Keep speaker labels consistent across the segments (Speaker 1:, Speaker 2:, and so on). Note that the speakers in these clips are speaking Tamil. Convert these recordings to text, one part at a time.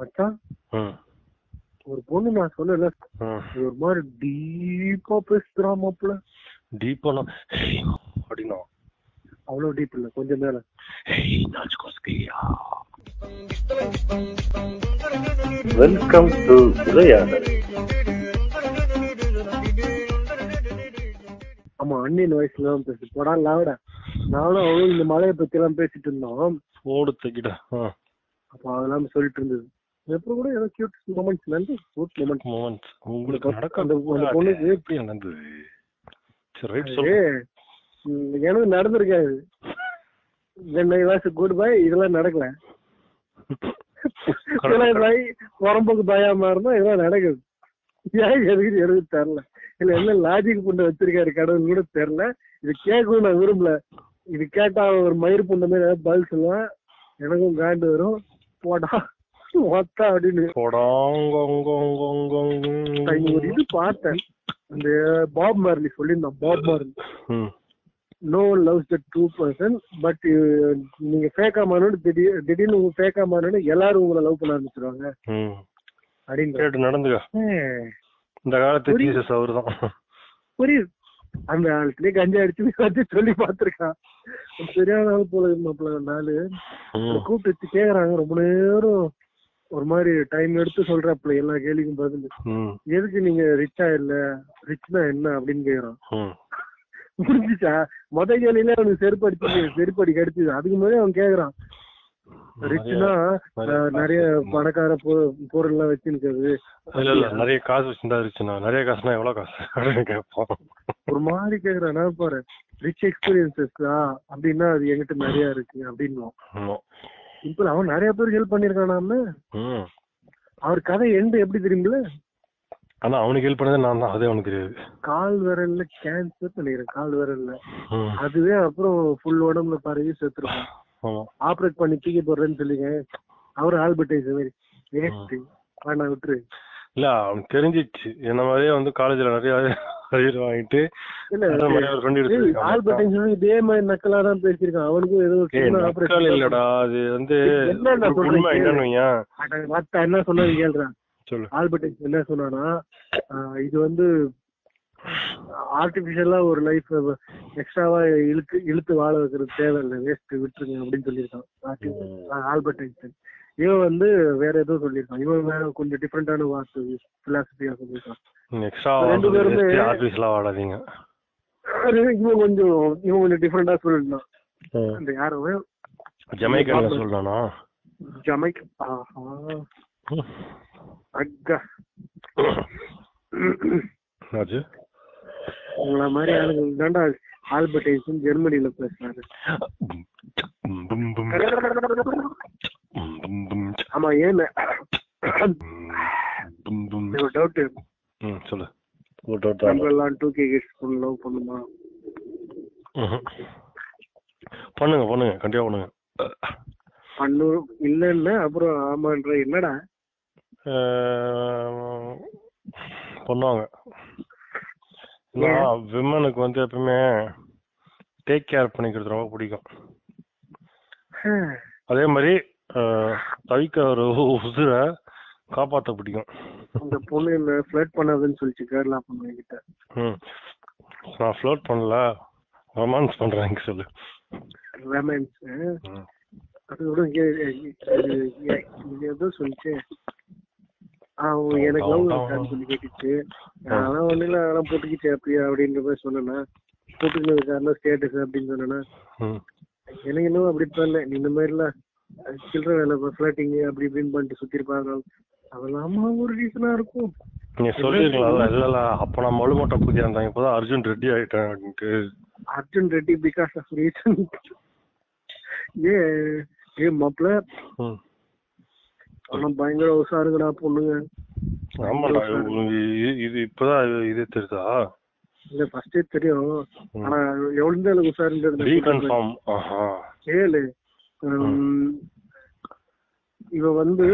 Speaker 1: மச்சான்
Speaker 2: ம்
Speaker 1: ஒரு பொண்ணு நான் சொல்லல
Speaker 2: ம்
Speaker 1: இது ஒரு மாதிரி டீப்பா பேசுறா மாப்பிள
Speaker 2: டீப்பான ஹேய் அப்படின்னா
Speaker 1: அவ்வளவு டீப் இல்ல கொஞ்சம் மேல
Speaker 2: ஹேய் நாச்சுக்கோஸ்கியா வெல்கம் டு உரையாடல்
Speaker 1: ஆமா அண்ணின் வயசுல தான் பேசு போடா லாவிட நானும் அவளும் இந்த மலையை பத்தி எல்லாம் பேசிட்டு இருந்தோம்
Speaker 2: ஓடு தூக்கிட
Speaker 1: அப்ப அதெல்லாம் சொல்லிட்டு இருந்தது எப்ப கூட ஏதோ கியூட் மூமெண்ட்ஸ் வந்து கியூட் மூமெண்ட்
Speaker 2: மோமெண்ட்ஸ் உங்களுக்கு
Speaker 1: அந்த-
Speaker 2: நடக்க
Speaker 1: அந்த பொண்ணுக்கு-
Speaker 2: எப்படி நடந்தது சரி ரைட் சொல்லு
Speaker 1: எனக்கு நடந்திருக்காது என்னை வாச குட் பை இதெல்லாம் நடக்கல இதெல்லாம் பை உடம்புக்கு பயமா இருந்தா இதெல்லாம் நடக்குது ஏன் எதுக்கு எனக்கு தெரியல இல்ல என்ன லாஜிக் புண்டை வச்சிருக்காரு கடவுள் கூட தெரியல இது கேட்கவும் நான் விரும்பல இது கேட்டா ஒரு மயிர் புண்டை மாதிரி ஏதாவது பதில் சொல்லுவேன் எனக்கும் காண்டு வரும் போடா மொத்தா அப்படின்னு நான் இங்க ஒரு
Speaker 2: கொடாங்கொங்கொங்கொங்கொங்க.
Speaker 1: இது பார்த்தேன் இந்த பாப் மார்லி சொல்லியிருந்தான் பாப் மார்லி
Speaker 2: ம்
Speaker 1: no loves the two person but நீங்க ஃபேக்கா மாறணும் திடீர் திடீர்னு உங்க ஃபேக்கா மாறணும் எல்லாரும் உங்களை லவ் பண்ண ஆரம்பிச்சிருவாங்க
Speaker 2: ம்
Speaker 1: அப்படின்ற
Speaker 2: கேட்டு நடந்துக்க இந்த காலத்து
Speaker 1: புரியுது.
Speaker 2: ஜீசஸ் அவர் தான்
Speaker 1: புரியுது அந்த காலத்துலயே கஞ்சா அடிச்சு வந்து சொல்லி பார்த்திருக்கான் சரியான ஆள் போல இருக்கு மாப்பிள்ள அந்த நாள் கூப்பிட்டு வச்சு கேக்குறாங்க ரொம்ப நேரம் ஒரு மாதிரி டைம் எடுத்து சொல்றாப்புல எல்லா கேள்விக்கும் பதில் எதுக்கு நீங்க ரிச்சா இல்ல ரிச்னா என்ன அப்படின்னு கேக்குறான் புரிஞ்சுச்சா மொத கேள்வியில அவனுக்கு செருப்படிச்சு செருப்படி கிடைச்சது அதுக்கு முன்னாடி அவன் கேக்குறான் ரிச்னா
Speaker 2: நிறைய
Speaker 1: நிறைய பணக்கார பொருள் எல்லாம் வச்சுருக்கிறது
Speaker 2: இல்ல இல்ல நிறைய காசு வச்சிருந்தா இருந்துச்சுண்ணா நிறைய காசுனா எவ்வளவு காசு அப்படின்னு கேட்போம்
Speaker 1: ஒரு மாதிரி கேக்குறான் நான் பாரு ரிச் எக்ஸ்பீரியன்சஸ்ஸா அப்படின்னா அது என்கிட்ட நிறைய இருக்கு அப்படின்னுவான்
Speaker 2: ஆமா.
Speaker 1: இப்போ அவன் நிறைய பேர் ஹெல்ப் பண்ணிருக்கானாமே
Speaker 2: ம்.
Speaker 1: அவர் கதை எண்டு எப்படி தெரியுமில்ல
Speaker 2: ஆனா அவனுக்கு ஹெல்ப் பண்ணது நான் தான் அதே அவனுக்கு தெரியாது
Speaker 1: கால் விரல்ல கேன்சர் நினைக்கிறேன் கால் விரல்ல
Speaker 2: ம்.
Speaker 1: அதுவே அப்புறம் ஃபுல் உடம்புல பரவி செத்துருப்பான்
Speaker 2: ஆமா
Speaker 1: ஆப்ரேட் பண்ணி தூக்கி போடுறேன்னு சொல்லிங்க அவர் ஆல்பர்ட் ஐசன் மாதிரி வேஸ்ட் ஆனா விட்டுரு
Speaker 2: இல்ல அவனுக்கு தெரிஞ்சிச்சு என்ன மாதிரியே வந்து காலேஜ்ல நிறைய அரியர் வாங்கிட்டு
Speaker 1: இல்ல
Speaker 2: அதான் மறுபடியும் ஒரு friend எடுத்து
Speaker 1: ஏய்,
Speaker 2: இருக்கான்.
Speaker 1: ஆல்பர்ட் ஐசன் இதே மாதிரி நக்கலா தான் பேசியிருக்கான் அவனுக்கும் ஏதோ ஒரு
Speaker 2: ஏய்
Speaker 1: சின்ன
Speaker 2: நக்கல்
Speaker 1: operation
Speaker 2: இல்லடா அது வந்து
Speaker 1: என்ன நான்
Speaker 2: ஒரு உண்மை
Speaker 1: சொல்றேன்
Speaker 2: என்னன்னு வையேன்.
Speaker 1: அட, மத்த என்ன சொன்னது கேள்றேன்
Speaker 2: சொல்லு
Speaker 1: ஆல்பர்ட் ஐன்ஸ்டைன் என்ன சொன்னானா ஆஹ் இது வந்து ஆர்டிபிஷியலா ஒரு லைஃப் எக்ஸ்ட்ராவா இழுக்கு இழுத்து வாழ வைக்கிறது தேவையில்லை வேஸ்ட் விட்டுருங்க அப்படின்னு சொல்லியிருக்கான் ஆர்டி- ஆஹ் ஆல்பர்ட் ஐன்ஸ்டைன் இவன் வந்து வேற ஏதோ சொல்லியிருக்கான் இவன் வேற கொஞ்சம் டிஃப்ரெண்டான வார்த்தை பிலாசபியா சொல்லியிருக்கான்
Speaker 2: எக்ஸ்ட்ரா
Speaker 1: ரெண்டு பேருமே-
Speaker 2: ஆபீஸ்லாம் வாடாதீங்க
Speaker 1: அது இவன் கொஞ்சம் இவன் கொஞ்சம் டிஃப்ரெண்டா சொல்லிருந்தான் அந்த யாரும்
Speaker 2: ஜமைக்கா சொல்லலாம்னா
Speaker 1: ஜமைக் ஆஹா அக்கா
Speaker 2: அது
Speaker 1: உங்கள மாதிரி ஆளுங்க தாண்டா ஆல்பர்ட் ஐன்ஸ்டைன் ஜெர்மனில பேசுறாரு
Speaker 2: பும், பும், பும், பும், பும், பும்,
Speaker 1: ஆமா ஏன்
Speaker 2: பும், பும்.
Speaker 1: ஒரு டவுட்
Speaker 2: ம், சொல்லு ஒரு doubt தான்.
Speaker 1: நம்ம எல்லாம் டூ கே கிட்ஸ் லவ் பண்ணுமா
Speaker 2: ம்ஹும். பண்ணுங்க பண்ணுங்க கண்டிப்பா பண்ணுங்க
Speaker 1: பண்ணு இல்லைன்னா அப்புறம் ஆமான்ற என்னடா
Speaker 2: அஹ், பண்ணுவாங்க விமனுக்கு வந்து எப்பவுமே டேக் கேர் பண்ணிக்கிறது ரொம்ப பிடிக்கும் அதே மாதிரி அஹ், தவிக்கிற ஒரு உசுரை காப்பாற்ற பிடிக்கும்
Speaker 1: அந்த பொண்ணு என்ன ஃபிளட் பண்ணாதுன்னு சொல்லிச்சு கேரளா பொண்ணு கிட்ட
Speaker 2: ம் நான் ஃப்ளோட் பண்ணல ரொமான்ஸ் பண்றேன் சொல்லு
Speaker 1: ரொமான்ஸ்
Speaker 2: ம்.
Speaker 1: அது கூட ஏ- ஏ- இது- ஏ- இது ஏதோ சொல்லிச்சு அவன் எனக்கு லவ் இருக்கான்னு சொல்லி கேட்டுச்சு அதெல்லாம் ஒண்ணு இல்ல அதெல்லாம் போட்டுக்கிச்சு அப்படியா அப்படின்ற மாதிரி சொன்னேன்னா போட்டுக்கினது காரணம் ஸ்டேட்டஸ் அப்படின்னு சொன்னேன்னா
Speaker 2: ம்
Speaker 1: எனக்கு இன்னும் அப்படி பண்ணல நீ இந்த மாதிரி எல்லாம் சில்லற வேலை ஃபிளாட்டிங் அப்படி இப்படின்னு பண்ணிட்டு சுத்தி இருப்பாங்க அதெல்லாமா ஒரு ரீசனா இருக்கும்
Speaker 2: நீ சொல்லிருக்கலாம்ல இல்ல இல்ல அப்ப நான் மழுமட்ட பூஜை இருந்தாங்க இப்பதான் அர்ஜுன் ரெட்டி ஆயிட்டேன் அப்படின்ட்டு.
Speaker 1: Arjun Reddy because of reason ஏ ஏ மாப்பிள்ள
Speaker 2: ம்.
Speaker 1: ஆனா பயங்கர உஷாருங்கடா பொண்ணுங்க
Speaker 2: ஆமாடா இது- இது- இது இப்பதான் இது- இது தெரியுதா
Speaker 1: இல்ல ஃபர்ஸ்டே தெரியும் ஆனா எவ்வளவு அளவுக்கு உஷாருன்றது
Speaker 2: ரீகன்ஃபார்ம் ஆஹா
Speaker 1: கேளு உம், இவ வந்து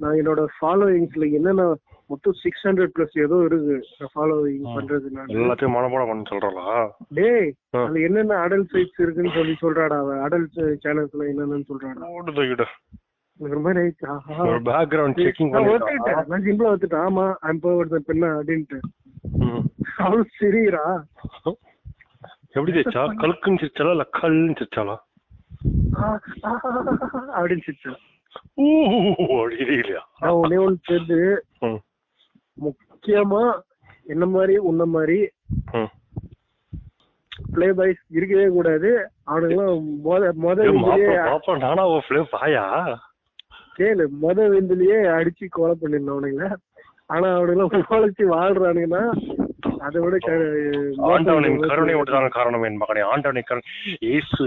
Speaker 1: நான் என்னோட ஃபாலோயிங்ஸ்ல என்னென்ன மொத்தம் சிக்ஸ் ஹண்ட்ரட் பிளஸ் ஏதோ இருக்கு ஃபாலோவிங் பண்றது நான்
Speaker 2: எல்லாத்தையும் மனப்பாடம் பண்ண சொல்றா
Speaker 1: டேய்
Speaker 2: ஆ.
Speaker 1: அதுல என்னென்ன அடல்ட் சைட்ஸ் இருக்குன்னு சொல்லி சொல்றாடா அவ அடல்ட் சேனல்ஸ்ல என்னென்னு சொல்றாடா
Speaker 2: ஓடுதுகிட்ட
Speaker 1: எனக்கு ஒரு மாதிரி ஆயிடுச்சு ஆஹா
Speaker 2: ஒரு பேக்ரவுண்ட் செக்கிங்
Speaker 1: நான் ஒத்துக்கிட்டேன் நான் சிம்பிளா ஒத்துட்டேன் ஆமா ஐம் பவர் பெண்ணா அப்படின்ட்டு அவளும் சிரிக்கிறா
Speaker 2: எப்படி தேய்ச்சா கழுக்குன்னு சிரிச்சாலா இல்ல கல்லுன்னு சிரிச்சாலா
Speaker 1: ஆ, ஆ, அப்படின்னு சிரிச்சா
Speaker 2: ஊ அடிக்கலையா
Speaker 1: நான் ஒன்னே ஒண்ணு சேர்ந்து
Speaker 2: ம்
Speaker 1: முக்கியமா என்ன மாதிரி உன்ன மாதிரி
Speaker 2: ம்
Speaker 1: பிளே பாய்ஸ் இருக்கவே கூடாது அவனுங்கெல்லாம் மொத மொத
Speaker 2: ஏய்,
Speaker 1: விந்துலயே
Speaker 2: மாப்பிள மாப்பிள நானா ஓ ஃபிளே பாயா
Speaker 1: கேளு மொத விந்துலயே அடிச்சு கொலை பண்ணிருந்தோம் அவனுங்கள ஆனா அவனுங்களாம் உழைச்சு வாழ்றானுங்கன்னா அதை விட க-
Speaker 2: ஆண்டவனின்
Speaker 1: மோசம்
Speaker 2: கருணை ஒன்றுதான் காரணம் என் மகனே ஆண்டவனின் கருணை ஏசு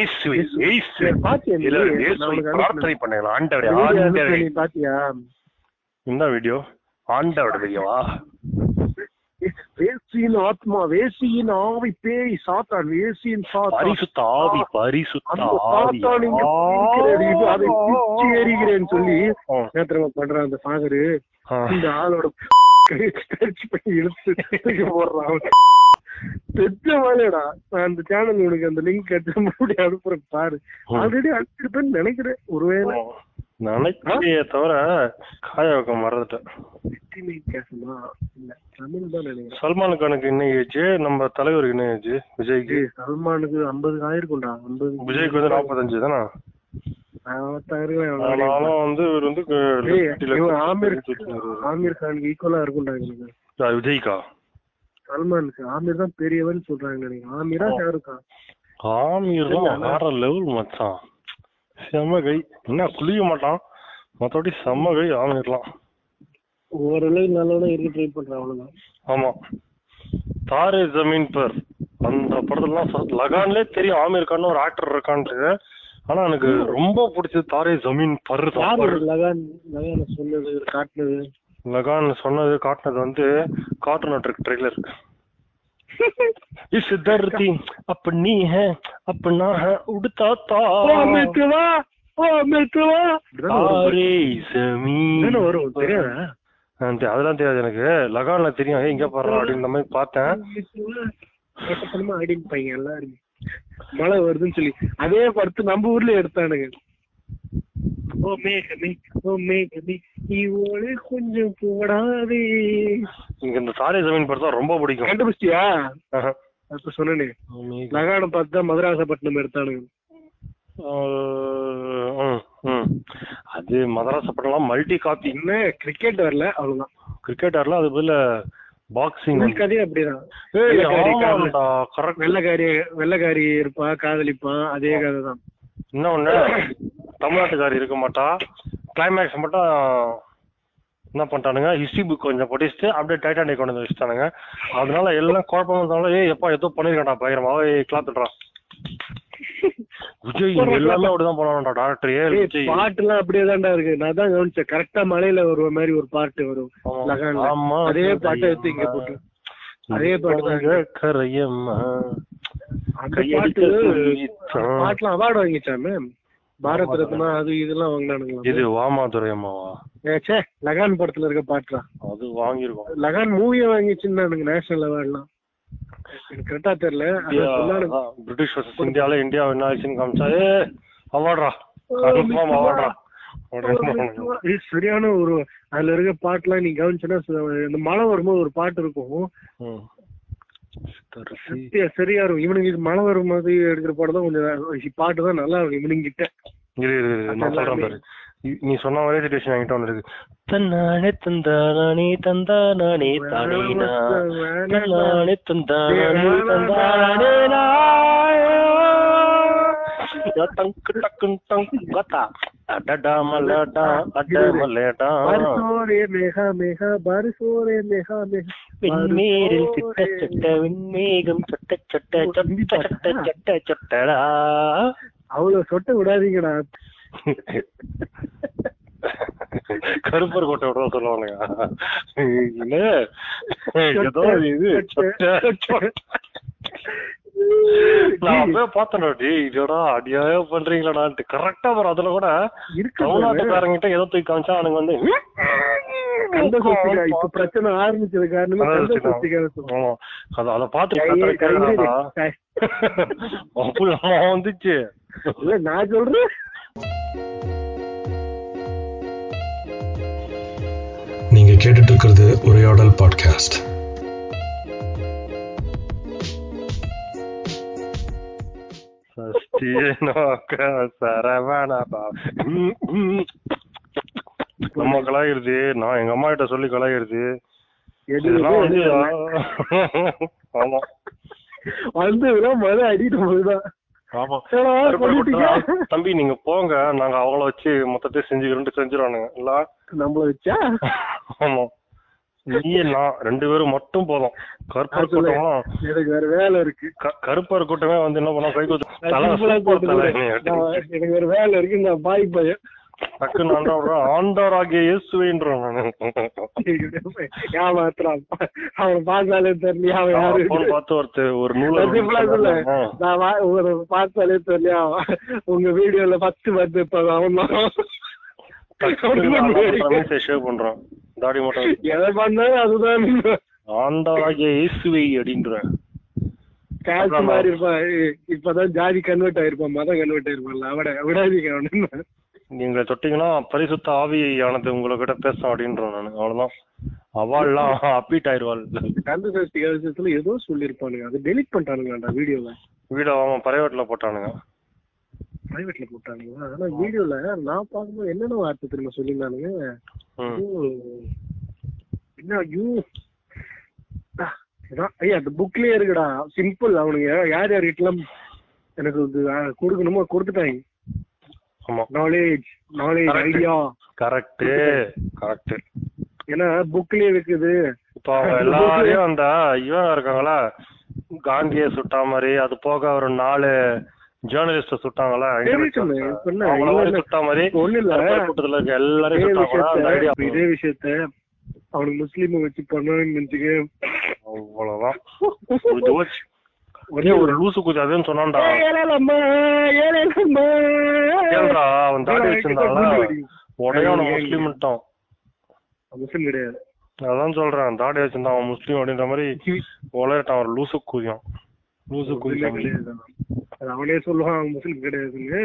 Speaker 2: ஏசு ஏசு
Speaker 1: ஏய், பாத்தியா நீ?
Speaker 2: இல்ல
Speaker 1: நான்
Speaker 2: ஏசு
Speaker 1: உனக்கு
Speaker 2: பிரார்த்தனை பண்ணுங்க ஆண்டவரே
Speaker 1: இந்த வீடியோ
Speaker 2: ஆண்டவரே
Speaker 1: நீ பாத்தியா
Speaker 2: என்ன வீடியோ ஆண்டவரோட வீடியோவா
Speaker 1: வேசியின் ஆத்மா வேசியின் ஆவி பேய் சாத்தான் வேசியின் சாத்தான்
Speaker 2: பரிசுத்த ஆவி பரிசுத்த
Speaker 1: அந்த
Speaker 2: ஆவி
Speaker 1: சாத்தான் இங்க இருக்கிறது, இது அதை பிச்சு எறிகிறேன்னு சொல்லி
Speaker 2: ஆ,
Speaker 1: என்ன தெரியுமா பண்றான் அந்த சாகரு
Speaker 2: ஆ.
Speaker 1: இந்த ஆளோட கடிச்சு பண்ணி இழுத்து தூக்கி போடுறான் அவன். பெத்த வேலையடா நான் அந்த சேனல் உனக்கு அந்த லிங்க் எடுத்து மூடி அனுப்புறேன் பாரு
Speaker 2: ம்.
Speaker 1: ஆல்ரெடி அனுப்பிருப்பேன்னு நினைக்கிறேன் ஒருவேளை
Speaker 2: நினைச்சே தவிர காய வைக்க மறந்துட்டேன்
Speaker 1: பேசுமா இல்ல தமிழ் தான் நினைக்கிறேன்
Speaker 2: சல்மான் கானுக்கு என்ன ஏஜ் நம்ம தலைவருக்கு என்ன ஏஜ் விஜய்க்கு
Speaker 1: ஏய், சல்மானுக்கு ஐம்பது ஆயிருக்கும்டா ஐம்பது
Speaker 2: விஜய்க்கு வந்து நாற்பத்தஞ்சு தானே ஆனாலும் வந்து இவர் வந்து கு- left ல
Speaker 1: இவன் ஆமீர்
Speaker 2: தூக்கி நிறுத்துறாரு.
Speaker 1: ஆமீர் கானுக்கு ஈக்குவலா இருக்கும்டா இவனுக்கு
Speaker 2: ஆ, விஜய்க்கா
Speaker 1: சல்மானுக்கு ஆமீர் தான் பெரியவன் சொல்றாங்க நினைக்கிறேன் ஆமீரா ஷாருக் கான்
Speaker 2: ஆமீர்லாம் வேற லெவல் மச்சான் செம்ம கை என்ன குளிக்க மாட்டான் மத்தபடி செம்ம கை ஆமீர்லாம்
Speaker 1: ஓரளவு நல்லவனா இருக்க ட்ரை பண்றான் அவ்வளவுதான்
Speaker 2: ஆமா தாரே ஜமீன் பர் அந்த படத்துலாம் first லகான்லே தெரியும் ஆமீர் கான் ஒரு ஆக்டர் இருக்கான்ட்டு ஆனா எனக்கு ரொம்ப பிடிச்சது தாரே ஜமீன் பர் தான்
Speaker 1: யார் இவர் லகான் லகான சொன்னது இவர் காட்டினது
Speaker 2: லகான் சொன்னது காட்டினது வந்து கார்ட்டூன் நெட்வொர்க் ட்ரெய்லர் इस धरती अपनी है अपना है उड़ता तारे
Speaker 1: மித்ரா ஓ மித்ரா
Speaker 2: जमीन
Speaker 1: வரும் தெரியாதா
Speaker 2: அந்த- அதெல்லாம் தெரியாது எனக்கு லகான்ல தெரியும் ஏய், இங்க பாரு அப்படின்ற மாதிரி பார்த்தேன்
Speaker 1: கட்டத்தனமா ஆடின்னு பையன் எல்லாரும் மழை வருதுன்னு சொல்லி அதே படத்து நம்ம ஊர்ல எடுத்தானுங்க ஓ மேகமே ஓ மேகமே இவோடு கொஞ்சம் போடாதே
Speaker 2: எனக்கு இந்த தாரே ஜமீன் படம் தான் ரொம்ப பிடிக்கும்
Speaker 1: கண்டுபிடிச்சியா
Speaker 2: ஆஹா.
Speaker 1: அப்ப சொன்னனே
Speaker 2: ஆஹ்,
Speaker 1: நகாடம் பார்த்து தான் மதுராசப்பட்டினம் எடுத்தானுங்க
Speaker 2: ம், ம். அது மதராச படம்லாம் மல்டி காப்பி
Speaker 1: என்ன கிரிக்கெட் வரல அவ்வளவுதான்
Speaker 2: கிரிக்கெட்டர்ல அது பதில பாக்ஸிங்
Speaker 1: உன் கதையே அப்படிதான் வெள்ளைக்காரி காதல்.
Speaker 2: கரெக்ட்
Speaker 1: வெள்ளக்காரி வெள்ளக்காரி இருப்பா காதலிப்பான் அதே கதை தான்
Speaker 2: என்ன ஒண்ணு தமிழ்நாட்டுக்காரி இருக்க மாட்டா கிளைமேக்ஸ் மட்டும் என்ன பண்ணிட்டானுங்க ஹிஸ்டரி புக் கொஞ்சம் படிச்சுட்டு அப்படியே டைட்டானிக் கொண்டு வந்து வச்சுட்டானுங்க அதனால எல்லாம் குழப்பம் இருந்தாலும் ஏய் எப்பா ஏதோ பண்ணிருக்கான்டா பயங்கரமா ஏய் கிளாத்துட்றா விஜய் இங்க எல்லாமே அப்படிதான் பண்ணணும்டா டாக்டர் ஏ விஜய்
Speaker 1: பாட்டு எல்லாம் அப்படியே தான்டா இருக்கு நான் தான் கவனிச்சேன் கரெக்டா மழையில ஒரு மாதிரி ஒரு பாட்டு வரும்
Speaker 2: ஆமா.
Speaker 1: லகான்ல.
Speaker 2: ஆமா,
Speaker 1: அதே பாட்டை எடுத்து இங்க
Speaker 2: ஆமா.
Speaker 1: போட்டு அதே பாட்டு தான்
Speaker 2: இங்க கரையம்மா
Speaker 1: அந்த
Speaker 2: கையடித்து
Speaker 1: பாட்டு
Speaker 2: துள்ளித்தான்.
Speaker 1: அந்த பாட்டுலாம் அவார்டு வாங்கிச்சாமே பாரத் ரத்னா அது இதெல்லாம் வாங்கினானுங்களா
Speaker 2: இது வாமாதுரை அம்மாவா
Speaker 1: ஏ, ச்சே லகான் படத்துல இருக்க பாட்டுலாம்
Speaker 2: அது வாங்கியிருக்கோம்
Speaker 1: லகான் மூவியை வாங்கிச்சுன்னு நேஷனல் அவார்ட்லாம் எனக்கு கரெக்டா தெரியல ஆனா சொன்னானுங்க
Speaker 2: அதான், பிரிட்டிஷ் versus இந்தியால இந்தியா என்ன ஆச்சுன்னு காமிச்சா ஏ அவார்ட்ரா கன்ஃபார்ம் அவார்ட்ரா
Speaker 1: இது சரியான ஒரு அதுல இருக்க பாட்டுலாம் நீ கவனிச்சனா இந்த மழை வரும்போது ஒரு பாட்டு இருக்கும் சத்தியா சரியா இருக்கும் இவனுங்களுக்கு மழை வரும்போது எடுக்கிற பாட்டு தான் கொஞ்சம் பாட்டு தான் நல்லா இருக்கும் இவனுங்கிட்ட
Speaker 2: இரு இரு, இரு நான்
Speaker 1: அதெல்லாம்
Speaker 2: சொல்றேன்
Speaker 1: அப்படியே.
Speaker 2: பாரு இ- நீ சொன்ன ஒரே சுச்சுவேஷன் என்கிட்ட ஒன்று இருக்கு தன்னானே தந்தானே தந்தானே தானேனா தன்னானே தந்தானே தந்தானே நாயா டங்கு டக்குன்னு டங்கு கத்தா அடடா மலடா அட மலடா
Speaker 1: பரிசோரே மேகா மேகா பரிசோரே மேகா மேகா
Speaker 2: விண்மேரில் திட்ட சட்ட விண்மேகம் சொட்ட சொட்ட சொட்ட சொட்ட சொட்ட சொட்டடா
Speaker 1: அவ்வளவு சொட்ட விடாதீங்கடா
Speaker 2: கருப்பர் கோட்டை விட சொல்லுவானுங்க இல்ல ஏதோ இது சொட்ட, சொட்ட. நான் அப்பவே பார்த்தேன் டேய் இதோட அடியாவே பண்றீங்களாடான்ட்டு கரெக்டா வரும் அதுல கூட
Speaker 1: இருக்கு பாரு.
Speaker 2: தமிழ்நாட்டுக்காரங்கிட்ட ஏதோ தூக்கி காமிச்சா அவனுக்கு வந்து
Speaker 1: கந்த சஷ்டிகா இப்ப பிரச்சனை ஆரம்பிச்சது காரணமா கந்த சஷ்டிகா
Speaker 2: ஆமா. அத அத
Speaker 1: கையே கையே
Speaker 2: பாத்து
Speaker 1: கை-
Speaker 2: அப்படி அவன் வந்துச்சு
Speaker 1: இல்ல நான் சொல்றேன்
Speaker 3: நீங்க கேட்டுட்டு இருக்கிறது உரையாடல் பாட்காஸ்ட்
Speaker 2: சஷ்டினோக்க சரவண பவ. ம், ம். நம்ம கலாயிருது நான் எங்க அம்மா கிட்ட சொல்லி கலாயிருது இதெல்லாம் வந்து ஆமா
Speaker 1: வந்து மழை அடிக்கிட்டு போதுதான்
Speaker 4: ஆமா
Speaker 1: ஏடா, சொல்லிட்டீங்க?
Speaker 2: தம்பி நீங்க போங்க நாங்க அவங்கள வச்சு மொத்தத்தையும் செஞ்சுக்கிறோம் செஞ்சிருவானுங்க இல்ல
Speaker 1: நம்மள வச்சா
Speaker 2: ஆமா நீ நான் ரெண்டு பேரும் மட்டும் போதும் கருப்பர் கூட்டம்
Speaker 1: எனக்கு வேற வேலை இருக்கு
Speaker 2: க- கருப்பர் கூட்டமே வந்து என்ன பண்ணா கை கூத்து
Speaker 1: நான்
Speaker 2: தலை
Speaker 1: simple ஆ
Speaker 2: சூப்பர் தலை
Speaker 1: போட்டுக்கிறேன். நான் எனக்கு வேற வேலை இருக்கு நான் பாய் பையன்
Speaker 2: டக்குன்னு ஆண்டவரா ஆண்டவர் ஆகிய இயேசுவேன்றான் நானு.
Speaker 1: ஏன் மாத்திரம் அவனை பார்த்தாலே தெரியலையா அவன் யாரு
Speaker 2: போன் பார்த்து ஒருத்தர் ஒரு நூலை
Speaker 1: நான் simple ஆ சொல்றேன். நான் வா- ஒரு பார்த்தாலே தெரியலையா அவன். உங்க வீடியோல பத்து பார்த்து இப்ப அவன் தான்
Speaker 2: ஷேர் பண்றான் தாடி மட்டும்
Speaker 1: எதை பண்ணாலும் அதுதான்
Speaker 2: ஆண்டவராகிய இயேசுவை அப்படின்றேன்
Speaker 1: காசு
Speaker 2: அதான்
Speaker 1: மாதிரி இருப்பான் ஏய், இப்பதான் ஜாதி கன்வெர்ட் ஆயிருப்பான் மதம் கன்வெர்ட் ஆயிருப்பான்ல அவட விடாதீங்க அவனு
Speaker 2: நீங்க தொட்டீங்கன்னா பரிசுத்த ஆவியானது உங்ககிட்ட பேசும் அப்படின்றோம் நான் அவ்வளவுதான் அவாள்லாம் அப்பீட் ஆயிருவாள்
Speaker 1: கந்த சஷ்டி கவசத்துல ஏதோ சொல்லியிருப்பானுங்க அதை டெலிட் பண்ணிட்டானுங்கடா வீடியோல
Speaker 2: வீட அவன் பிரைவேட்ல போட்டானுங்க
Speaker 1: பிரைவேட்ல போட்டானுங்க ஆனா வீடியோல நான் பார்க்கும்போது என்னென்ன வார்த்தை தெரியுமா சொல்லியிருந்தானுங்க
Speaker 2: ம்.
Speaker 1: ஐயோ, என்ன ஐயோ ஆ, இதான். ஐயா அந்த புக்லயே இருக்குடா சிம்பிள் அவனுங்க யார் யார் கிட்டலாம் எனக்கு இது, ஆ, கொடுக்கணுமோ கொடுத்துட்டாங்க
Speaker 2: ஆமா
Speaker 1: knowledge knowledge
Speaker 2: Correct.
Speaker 1: Idea
Speaker 2: correct correct
Speaker 1: ஏன்னா புக்லயே இருக்குது
Speaker 2: இப்போ அவங்க எல்லாரையும் அந்த இவன் இருக்காங்களா காந்தியை சுட்டா மாதிரி அது போக ஒரு நாலு ஜேர்னலிஸ்ட சுட்டாங்களா
Speaker 1: தெரிவிச்சோமே, இப்ப என்ன,
Speaker 2: அவங்கள மாதிரி
Speaker 1: இவன்
Speaker 2: சுட்டா மாதிரி
Speaker 1: ஒண்ணு இல்ல
Speaker 2: தற்கொலை கூட்டத்துல இருக்க எல்லாரையும்
Speaker 1: இதே
Speaker 2: சுட்டாங்களா அந்த ஐடியா
Speaker 1: விஷயத்த இதே விஷயத்த அவனுக்கு முஸ்லீமை வச்சு பண்ணணும்னு நினைச்சுக்க
Speaker 2: அவ்வளவுதான் ஒரு ஜோச். ஒரே ஒரு லூசு குதி அதுன்னு சொன்னான்டா
Speaker 1: ஏழலம்மா, ஏழலம்மா.
Speaker 2: கேளுடா அவன் தாடி
Speaker 1: ஏய்,
Speaker 2: வச்சிருந்தாங்களா
Speaker 1: குண்டு வெடி.
Speaker 2: உடனே அவனை
Speaker 1: ஏய், ஏய்.
Speaker 2: முஸ்லீம்ட்டான்
Speaker 1: முஸ்லீம் கிடையாது
Speaker 2: அதான் சொல்றேன் தாடி வச்சிருந்தான் அவன் முஸ்லீம் அப்படின்ற மாதிரி உலகட்டான் ஒரு லூசு குதியம் லூசு
Speaker 1: இல்ல,
Speaker 2: குதியம்
Speaker 1: கிடையாது அவன். அது அவனே சொல்லுவான் அவன் முஸ்லீம் கிடையாதுன்னு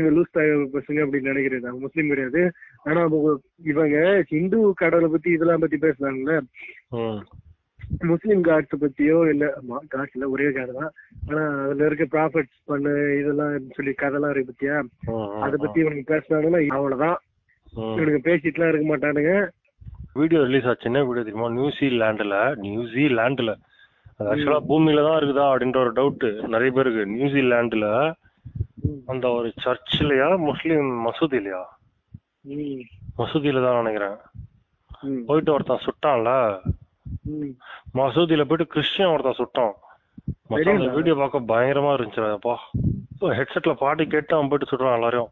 Speaker 1: இவன் லூஸ் பசங்க அப்படின்னு நினைக்கிறது அவன் முஸ்லீம் கிடையாது ஆனா அவங்க இவங்க ஹிந்து கடவுளை பத்தி இதெல்லாம் பத்தி பேசுறாங்கல்ல
Speaker 2: ம்.
Speaker 1: முஸ்லீம் காட்ஸ் பத்தியோ இல்ல காட்ஸ் இல்ல ஒரே காடு தான் ஆனா அதுல இருக்க ப்ராஃபிட்ஸ் பண்ணு இதெல்லாம் சொல்லி கதைலாம் இருக்கு பத்தியா
Speaker 2: ம்,
Speaker 1: அத
Speaker 2: ம்,
Speaker 1: பத்தி இவனுக்கு பேசுனாங்கன்னா அவ்வளவுதான்
Speaker 2: ம்.
Speaker 1: இவனுக்கு பேசிட்டுலாம் இருக்க மாட்டானுங்க
Speaker 2: வீடியோ ரிலீஸ் ஆச்சு என்ன வீடியோ தெரியுமா நியூசிலாண்டுல நியூசிலாண்டுல அது ஆக்சுவலா பூமியில தான் இருக்குதா அப்படின்ற ஒரு டவுட் நிறைய பேருக்கு நியூசிலாண்டுல
Speaker 1: ம்.
Speaker 2: அந்த ஒரு சர்ச்சிலயா முஸ்லீம் மசூதிலையா
Speaker 1: ம்,
Speaker 2: மசூதியில தான் நினைக்கிறேன்
Speaker 1: ம்,
Speaker 2: போயிட்டு ஒருத்தன் சுட்டான்ல
Speaker 1: ம்.
Speaker 2: மசூதியில போயிட்டு கிறிஸ்டியன் ஒருத்தன் சுட்டான் மச்சான், அந்த
Speaker 1: தெரியும்டா.
Speaker 2: வீடியோ பார்க்க பயங்கரமா இருந்துச்சு அப்பா ஹெட்செட்ல பாட்டு கேட்டு அவன் போயிட்டு சுடுறான் எல்லாரையும்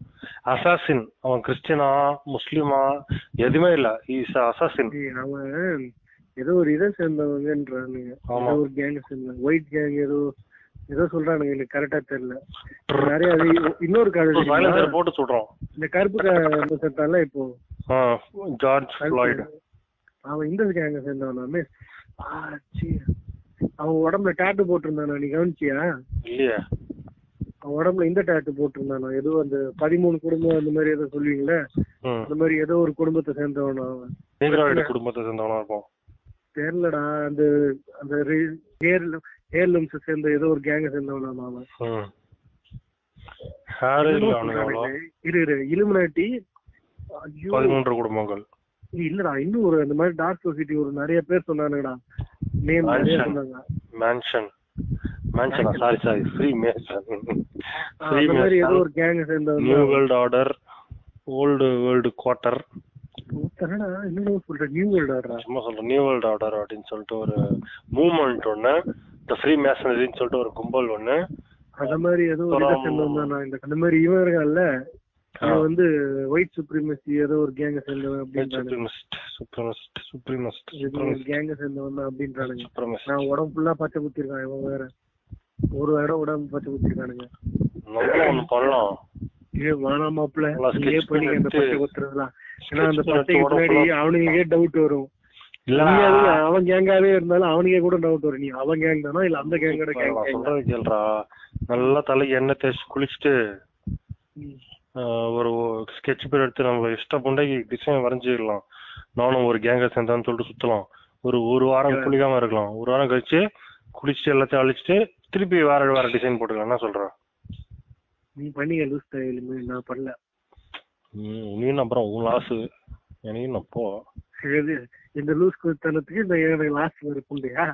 Speaker 2: அசாசின் அவன் கிறிஸ்டியனா முஸ்லீமா எதுவுமே இல்ல இஸ் அசாசின்
Speaker 1: ஏய், அவன் ஏதோ ஒரு இதை சேர்ந்தவங்கன்றானுங்க
Speaker 2: ஆமா.
Speaker 1: ஏதோ ஒரு கேங் சேர்ந்தாங்க ஒயிட் கேங் ஏதோ ஏதோ சொல்றானுங்க எனக்கு கரெக்டா தெரியல நிறைய அது இன்னொரு காடு
Speaker 2: சைலன்சர்
Speaker 1: தெரியுமா?
Speaker 2: போட்டு சுடுறான்
Speaker 1: இந்த கருப்பு காடு சேர்த்தால இப்போ
Speaker 2: ஆ, ஜார்ஜ் ஃபிளாய்டு
Speaker 1: அவன் இந்த கேங்க சேர்ந்தவனாமே ஆ, சீ. அவன் உடம்புல டேட்டு போட்டிருந்தானா நீ கவனிச்சியா
Speaker 2: இல்லையே
Speaker 1: அவன் உடம்புல இந்த டேட்டு போட்டிருந்தானா ஏதோ அந்த பதிமூணு குடும்பம் அந்த மாதிரி ஏதோ சொல்லுவீங்களே
Speaker 2: ம்.
Speaker 1: அந்த மாதிரி ஏதோ ஒரு குடும்பத்தை சேர்ந்தவனா அவன்
Speaker 2: நீங்கராய்டு குடும்பத்தை சேர்ந்தவனா இருப்போம்
Speaker 1: தெரியலடா அந்த அந்த ஏர்லம்ஸ் சேர்ந்த ஏதோ ஒரு கேங்க சேர்ந்தவனா அவன்
Speaker 2: ம். ஹேரே இல்ல அவனுக்கு அவ்வளோ
Speaker 1: இரு இரு இலுமினாட்டி ஐயோ
Speaker 2: பதிமூன்று குடும்பங்கள்
Speaker 1: இல்லடா இன்னும் ஒரு அந்த மாதிரி டார்க் சொசைட்டி ஒரு நிறைய பேர் சொன்னானுங்கடா நேம் நிறைய
Speaker 2: Mansion.
Speaker 1: சொன்னாங்க
Speaker 2: மேன்ஷன் மேன்ஷனா சாரி சாரி ஃப்ரீ மேன்ஷன்
Speaker 1: ஆ,
Speaker 2: ஃப்ரீ
Speaker 1: அந்த மாதிரி ஏதோ ஒரு கேங்க
Speaker 2: நியூ
Speaker 1: சேர்ந்தவங்க
Speaker 2: world order old world quarter
Speaker 1: என்னடா என்னடா சொல்ற நியூ வேர்ல்ட் ஆடுறா
Speaker 2: சும்மா சொல்றேன் நியூ வேர்ல்ட் ஆர்டர் அப்படின்னு சொல்லிட்டு ஒரு மூமெண்ட் ஒண்ணு இந்த ஃப்ரீ மேசனரின்னு சொல்லிட்டு ஒரு கும்பல் ஒண்ணு
Speaker 1: அந்த மாதிரி ஏதோ ஒரு இதை
Speaker 2: அப்புறம்
Speaker 1: சேர்ந்தவன் நான் இந்த அந்த மாதிரி இவன் இருக்கான்ல
Speaker 2: ஆ.
Speaker 1: அவன் வந்து ஒயிட் சுப்ரீமசி ஏதோ ஒரு கேங்க சேர்ந்தவன் அப்படின்றானுங்க
Speaker 2: சுப்ரமஸ்ட் சுப்ரமஸ்ட் சுப்ரமஸ்ட்
Speaker 1: இது ஒரு கேங்க சேர்ந்தவன் தான் அப்படின்றானுங்க
Speaker 2: சுப்ரமஸ்ட்
Speaker 1: நான் உடம்பு ஃபுல்லா பச்சை குத்திருக்கான் இவன் வேற ஒரு இடம் உடம்பு பச்சை குத்திருக்கானுங்க
Speaker 2: நம்ம ஒண்ணு பண்ணலாம்
Speaker 1: ஏ வானா மாப்பிள்ள
Speaker 2: நல்லா sketch
Speaker 1: ஏன் பண்ணி அந்த
Speaker 2: பண்ணி
Speaker 1: பச்சை குத்துறதுலாம் ஏன்னா அந்த
Speaker 2: sketch
Speaker 1: பச்சைக்கு
Speaker 2: பண்ணி
Speaker 1: முன்னாடி
Speaker 2: உடம்புல-
Speaker 1: அவனுக்கே டவுட் வரும்
Speaker 2: இல்ல
Speaker 1: உண்மையாவே அவன் கேங்காவே இருந்தாலும் அவனுக்கே கூட டவுட் வரும் நீ அவன் கேங் தானா இல்ல அந்த கேங்கோட
Speaker 2: இப்ப நான்
Speaker 1: கேங்
Speaker 2: சொல்றது கேள்றா நல்லா தலைக்கு எண்ணெய் தேய்ச்சி குளிச்சுட்டு ஆஹ், ஒரு ஸ்கெட்ச் பேர் எடுத்து நம்ம இஷ்டப்பண்டே டிசைன் வரைஞ்சிக்கலாம் நானும் ஒரு கேங்க சேர்ந்தான்னு சொல்லிட்டு சுத்தலாம் ஒரு ஒரு வாரம் குளிக்காம இருக்கலாம் ஒரு வாரம் கழிச்சு குளிச்சுட்டு எல்லாத்தையும் அழிச்சிட்டு திருப்பி வேற வேற டிசைன் போட்டுக்கலாம் என்ன சொல்றேன்
Speaker 1: நீ பண்ணீங்க லூஸ் டைலுமே நான் பண்ணல
Speaker 2: உனியும் அப்புறம் உன் லாஸ் எனக்கு அப்போ
Speaker 1: இது இந்த லூஸ் குத்தனத்துக்கு இந்த எனக்கு லாஸ்ட் வரை புண்டையா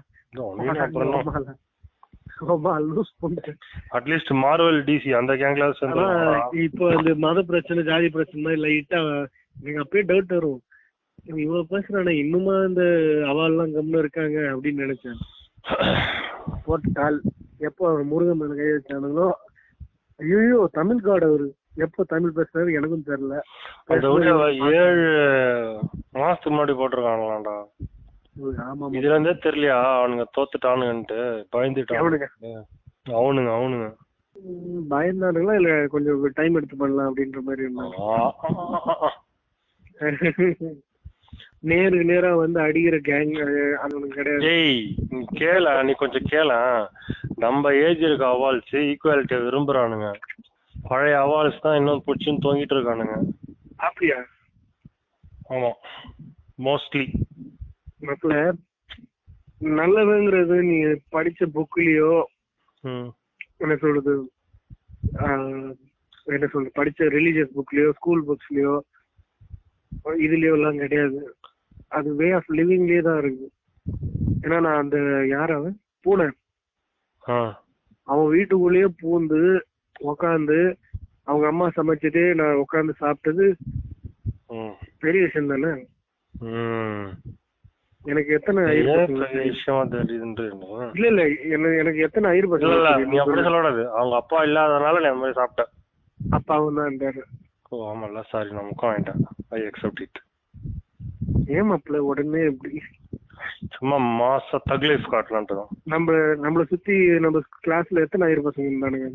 Speaker 2: உனியும் அப்புறம்
Speaker 1: ஆமா லூஸ் புண்டை
Speaker 2: அட்லீஸ்ட் மார்வல் டிசி அந்த கேங்ல
Speaker 1: ஆனா
Speaker 2: சேர்ந்து
Speaker 1: இப்போ அந்த மத பிரச்சனை ஜாதி பிரச்சனை மாதிரி லைட்டா எனக்கு அப்பயே டவுட் வரும் இவ்வளவு பேசுறானே இன்னுமா இந்த அவாள்லாம் கம்முன்னு இருக்காங்க அப்படின்னு நினைச்சேன் போட்டு கால் எப்போ அவர் முருகன் மேல கை வச்சானுங்களோ ஐயோ தமிழ் காடு அவரு எப்போ தமிழ் பேசுறாரு எனக்கும் தெரியல
Speaker 2: அதை விட அவன் ஏழு மாசத்துக்கு முன்னாடி போட்டிருக்காங்களாம்டா
Speaker 1: ஆமா
Speaker 2: இதுல இருந்தே தெரியலையா அவனுங்க தோத்துட்டானுங்கன்ட்டு
Speaker 1: எவனுங்க?
Speaker 2: பயந்துட்டானுங்க அவனுங்க அவனுங்க
Speaker 1: ம், பயந்தானுங்களா இல்ல கொஞ்சம் டைம் எடுத்து பண்ணலாம் அப்படின்ற மாதிரி இருந்தாங்க
Speaker 2: ஆ, ஆ, ஆ, ஆ.
Speaker 1: நேருக்கு நேரா வந்து அடிக்கிற கேங் அவனுக்கு கிடையாது
Speaker 2: டேய் நீ கேள நீ கொஞ்சம் கேள நம்ம ஏஜ் இருக்க அவால்ஸ் ஈக்குவாலிட்டியை விரும்புறானுங்க பழைய அவால்ஸ் தான் இன்னும் பிடிச்சின்னு தூங்கிட்டு இருக்கானுங்க
Speaker 1: அப்படியா
Speaker 2: ஆமா மோஸ்ட்லி
Speaker 1: மாப்பிள்ள நல்லதுங்கிறது நீ படிச்ச புக்லயோ
Speaker 2: ம்
Speaker 1: என்ன சொல்றது ஆஹ், என்ன சொல்றது படிச்ச ரிலீஜியஸ் புக்லயோ ஸ்கூல் புக்ஸ்லயோ இதுலயோ எல்லாம் கிடையாது அது வே ஆஃப் லிவிங்லயே தான் இருக்கு ஏன்னா நான் அந்த யார் அவன் பூனை
Speaker 2: ஆ
Speaker 1: அவன் வீட்டுக்குள்ளேயே பூந்து உக்காந்து அவங்க அம்மா சமைச்சிட்டு நான் உக்காந்து சாப்பிட்டது
Speaker 2: ம்
Speaker 1: பெரிய விஷயம் தானே
Speaker 2: ம்
Speaker 1: எனக்கு எத்தனை ஐயர்
Speaker 2: ஏன்
Speaker 1: பசங்க
Speaker 2: பெரிய விஷயமா தெரியுதுன்ட்டு என்ன?
Speaker 1: இல்ல இல்ல என்ன- எனக்கு எத்தனை ஐயர்
Speaker 2: இல்ல
Speaker 1: பசங்க
Speaker 2: இல்ல நீ அப்படி
Speaker 1: தெரியுமா?
Speaker 2: சொல்லக்கூடாது அவங்க அப்பா இல்லாதனால நீ அந்த மாதிரி சாப்பிட்டேன்
Speaker 1: அப்பாவும் தான் இருந்தாரு
Speaker 2: ஓ ஆமால சாரி நான் முக்கம் வாங்கிட்டேன் ஐ அக்செப்ட் இட்
Speaker 1: ஏன் மாப்பிள்ள உடனே இப்படி
Speaker 2: சும்மா மாச தக்லீஃப் காட்டலான்ட்டு தான்
Speaker 1: நம்ம நம்மள சுத்தி நம்ம கிளாஸ்ல எத்தனை ஐயர் பசங்க இருந்தானுங்க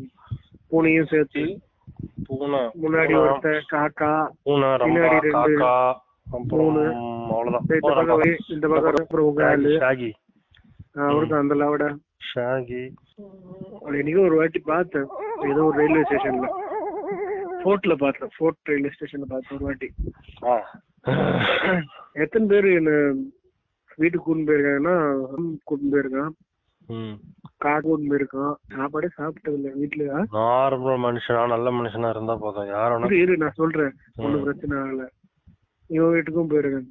Speaker 1: பூனையும் சேர்த்து
Speaker 2: பூனை
Speaker 1: முன்னாடி
Speaker 2: பூனை,
Speaker 1: ஒருத்தன் காக்கா
Speaker 2: பூனை ரம்பா
Speaker 1: பின்னாடி ரெண்டு,
Speaker 2: காக்கா
Speaker 1: மூணு.
Speaker 2: அப்புறம் அவ்வளவுதான்
Speaker 1: இந்த பக்கம் வே- இந்த பக்கம் அப்புறம் உங்க ஆளு
Speaker 2: ஷாகி
Speaker 1: அவருக்கும் அந்த லவட
Speaker 2: ஷாகி
Speaker 1: இன்னைக்கு ஒரு வாட்டி பார்த்தேன் ஏதோ ஒரு ரயில்வே ஸ்டேஷன்ல ஃபோர்ட்ல பார்த்தேன் ஃபோர்ட் ரயில்வே ஸ்டேஷன்ல பார்த்தேன் ஒரு வாட்டி
Speaker 2: ஆ
Speaker 1: எத்தனை பேர் என்ன வீட்டுக்கு கூட்டு போயிருக்காங்கன்னா கூட்டு போயிருக்கான்
Speaker 2: ம்
Speaker 1: கார் கூட்டு போயிருக்கான் சாப்பாடே சாப்பிட்டது இல்லை வீட்டுல
Speaker 2: நார்மல் மனுஷனா நல்ல மனுஷனா இருந்தா போதும் யார் வேணா
Speaker 1: இரு, இரு நான் சொல்றேன் ஒண்ணும் பிரச்சனை ஆகல இவன் வீட்டுக்கும் போயிருக்கேன்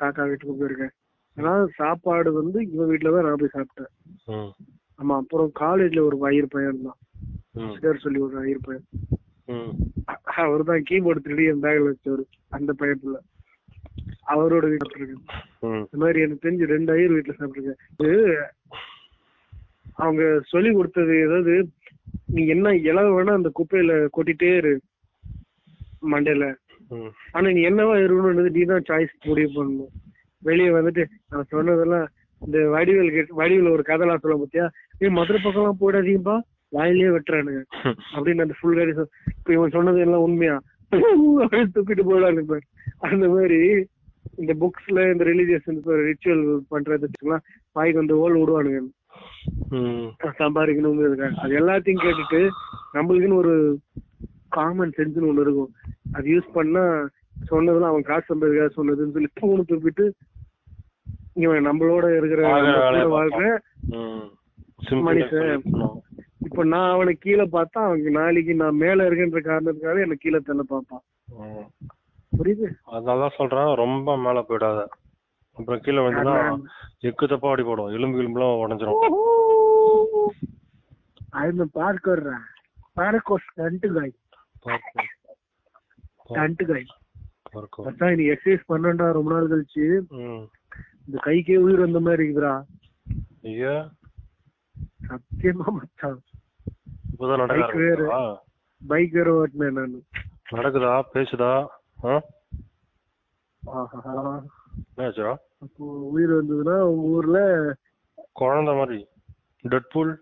Speaker 1: காக்கா வீட்டுக்கும் போயிருக்கேன் ஆனா சாப்பாடு வந்து இவன் வீட்டுலதான் நான் போய் சாப்பிட்டேன்
Speaker 2: ம்
Speaker 1: ஆமா அப்புறம் காலேஜ்ல ஒரு வயிறு பையன் இருந்தான்
Speaker 2: ம்
Speaker 1: சிதர் சொல்லி ஒரு வயிறு பையன்
Speaker 2: ம்
Speaker 1: அவர் தான் கீபோர்டு திருடி என் பேக்ல வச்சவர் அந்த பையன் பிள்ளை அவரோட வீட்டுல சாப்பிட்டுருக்கேன்
Speaker 2: ம்
Speaker 1: இந்த மாதிரி எனக்கு தெரிஞ்சு ரெண்டு ஐயர் வீட்டுல சாப்பிட்டுருக்கேன் இது அவங்க சொல்லி கொடுத்தது ஏதாவது நீ என்ன இலவ வேணா அந்த குப்பையில கொட்டிட்டே இரு மண்டையில
Speaker 2: ம்
Speaker 1: ஆனா நீ என்னவா இருக்கணும்ன்றது நீ தான் சாய்ஸ் முடிவு பண்ணணும் வெளியே வந்துட்டு நான் சொன்னதெல்லாம் இந்த வடிவேல் கேட் வடிவேல் ஒரு கதைலாம் சொல்ல பார்த்தியா நீ மதுரை பக்கம்லாம் போயிடாதீங்கப்பா வாயிலே வெட்டுறானுங்க அப்படின்னு அந்த ஃபுல் கதை சொல்- இப்ப இவன் சொன்னது எல்லாம் உண்மையா அப்படின்னு தூக்கிட்டு போயிடானுங்க பாரு. அந்த மாதிரி இந்த புக்ஸ்ல இந்த ரிலீஜியஸ் ரிச்சுவல் பண்றதுக்குலாம் வாய்க்கு வந்து ஓல் விடுவானுங்க
Speaker 2: ம்
Speaker 1: சம்பாதிக்கணுங்கிறதுக்காக அது எல்லாத்தையும் கேட்டுட்டு நம்மளுக்குன்னு ஒரு காமன் சென்ஸ்னு ஒண்ணு இருக்கும் அது யூஸ் பண்ணா சொன்னதுல அவன் காசு சம்பாதிக்காத சொன்னதுன்னு சொல்லி பூணு தூக்கிட்டு இவன் நம்மளோட இருக்கிற
Speaker 2: வாழ்ற
Speaker 1: நம்ம
Speaker 2: வேலையை
Speaker 1: கூட வாழ்ற
Speaker 2: ம் சிம்பிள்
Speaker 1: மனுஷன். இப்ப நான் அவனை கீழே பார்த்தா அவனுக்கு நாளைக்கு நான் மேல இருக்கேன்ற காரணத்துக்காக என்ன கீழே தள்ள பார்ப்பான்
Speaker 2: ம்
Speaker 1: புரியுது
Speaker 2: அதெல்லாம் சொல்றேன் ரொம்ப மேல போயிடாத அப்புறம் கீழே வந்துன்னா
Speaker 1: அதான்.
Speaker 2: எக்கு தப்பா அடி போடும் எலும்பு எலும்புலாம் உடஞ்சிரும்
Speaker 1: அதுல பார்க்க வர்றேன் பார்க்க ஸ்டண்ட் காய்
Speaker 2: பார்க்கும்.
Speaker 1: ஸ்டண்ட் காய்
Speaker 2: பார்க்கும்.
Speaker 1: அதான் நீ எக்ஸசைஸ் பண்ணண்டா ரொம்ப நாள் கழிச்சு
Speaker 2: ம்
Speaker 1: இந்த கைக்கே உயிர் வந்த மாதிரி இருக்குதுடா
Speaker 2: ஐயா
Speaker 1: சத்தியமா மச்சான்
Speaker 2: இப்பதான் நடக்க
Speaker 1: Bike வேற.
Speaker 2: ஆரம்பிச்சதா?
Speaker 1: பைக் வேற ஓட்டினேன் நானு
Speaker 2: நடக்குதா பேசுதா ஆ?
Speaker 1: ஆஹா.
Speaker 2: என்னாச்சுடா
Speaker 1: அப்போ உயிர் வந்ததுன்னா உங்க ஊர்ல
Speaker 2: குழந்தை மாதிரி டெட்பூல்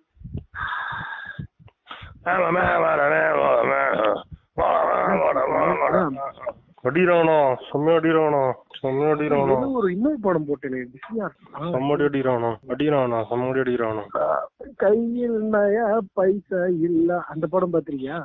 Speaker 2: அடிரவனோ செம்மையா அடிரவனோ செம்மையா அடிரவனோ
Speaker 1: ஏதோ ஒரு இன்னொரு படம் போட்டேனே பிஸியா
Speaker 2: செம்மடி அடிரவனோ அடிரவனா செம்மடி அடிரவனோ
Speaker 1: கையில் நயா பைசா இல்ல அந்த படம் பாத்திருக்கியா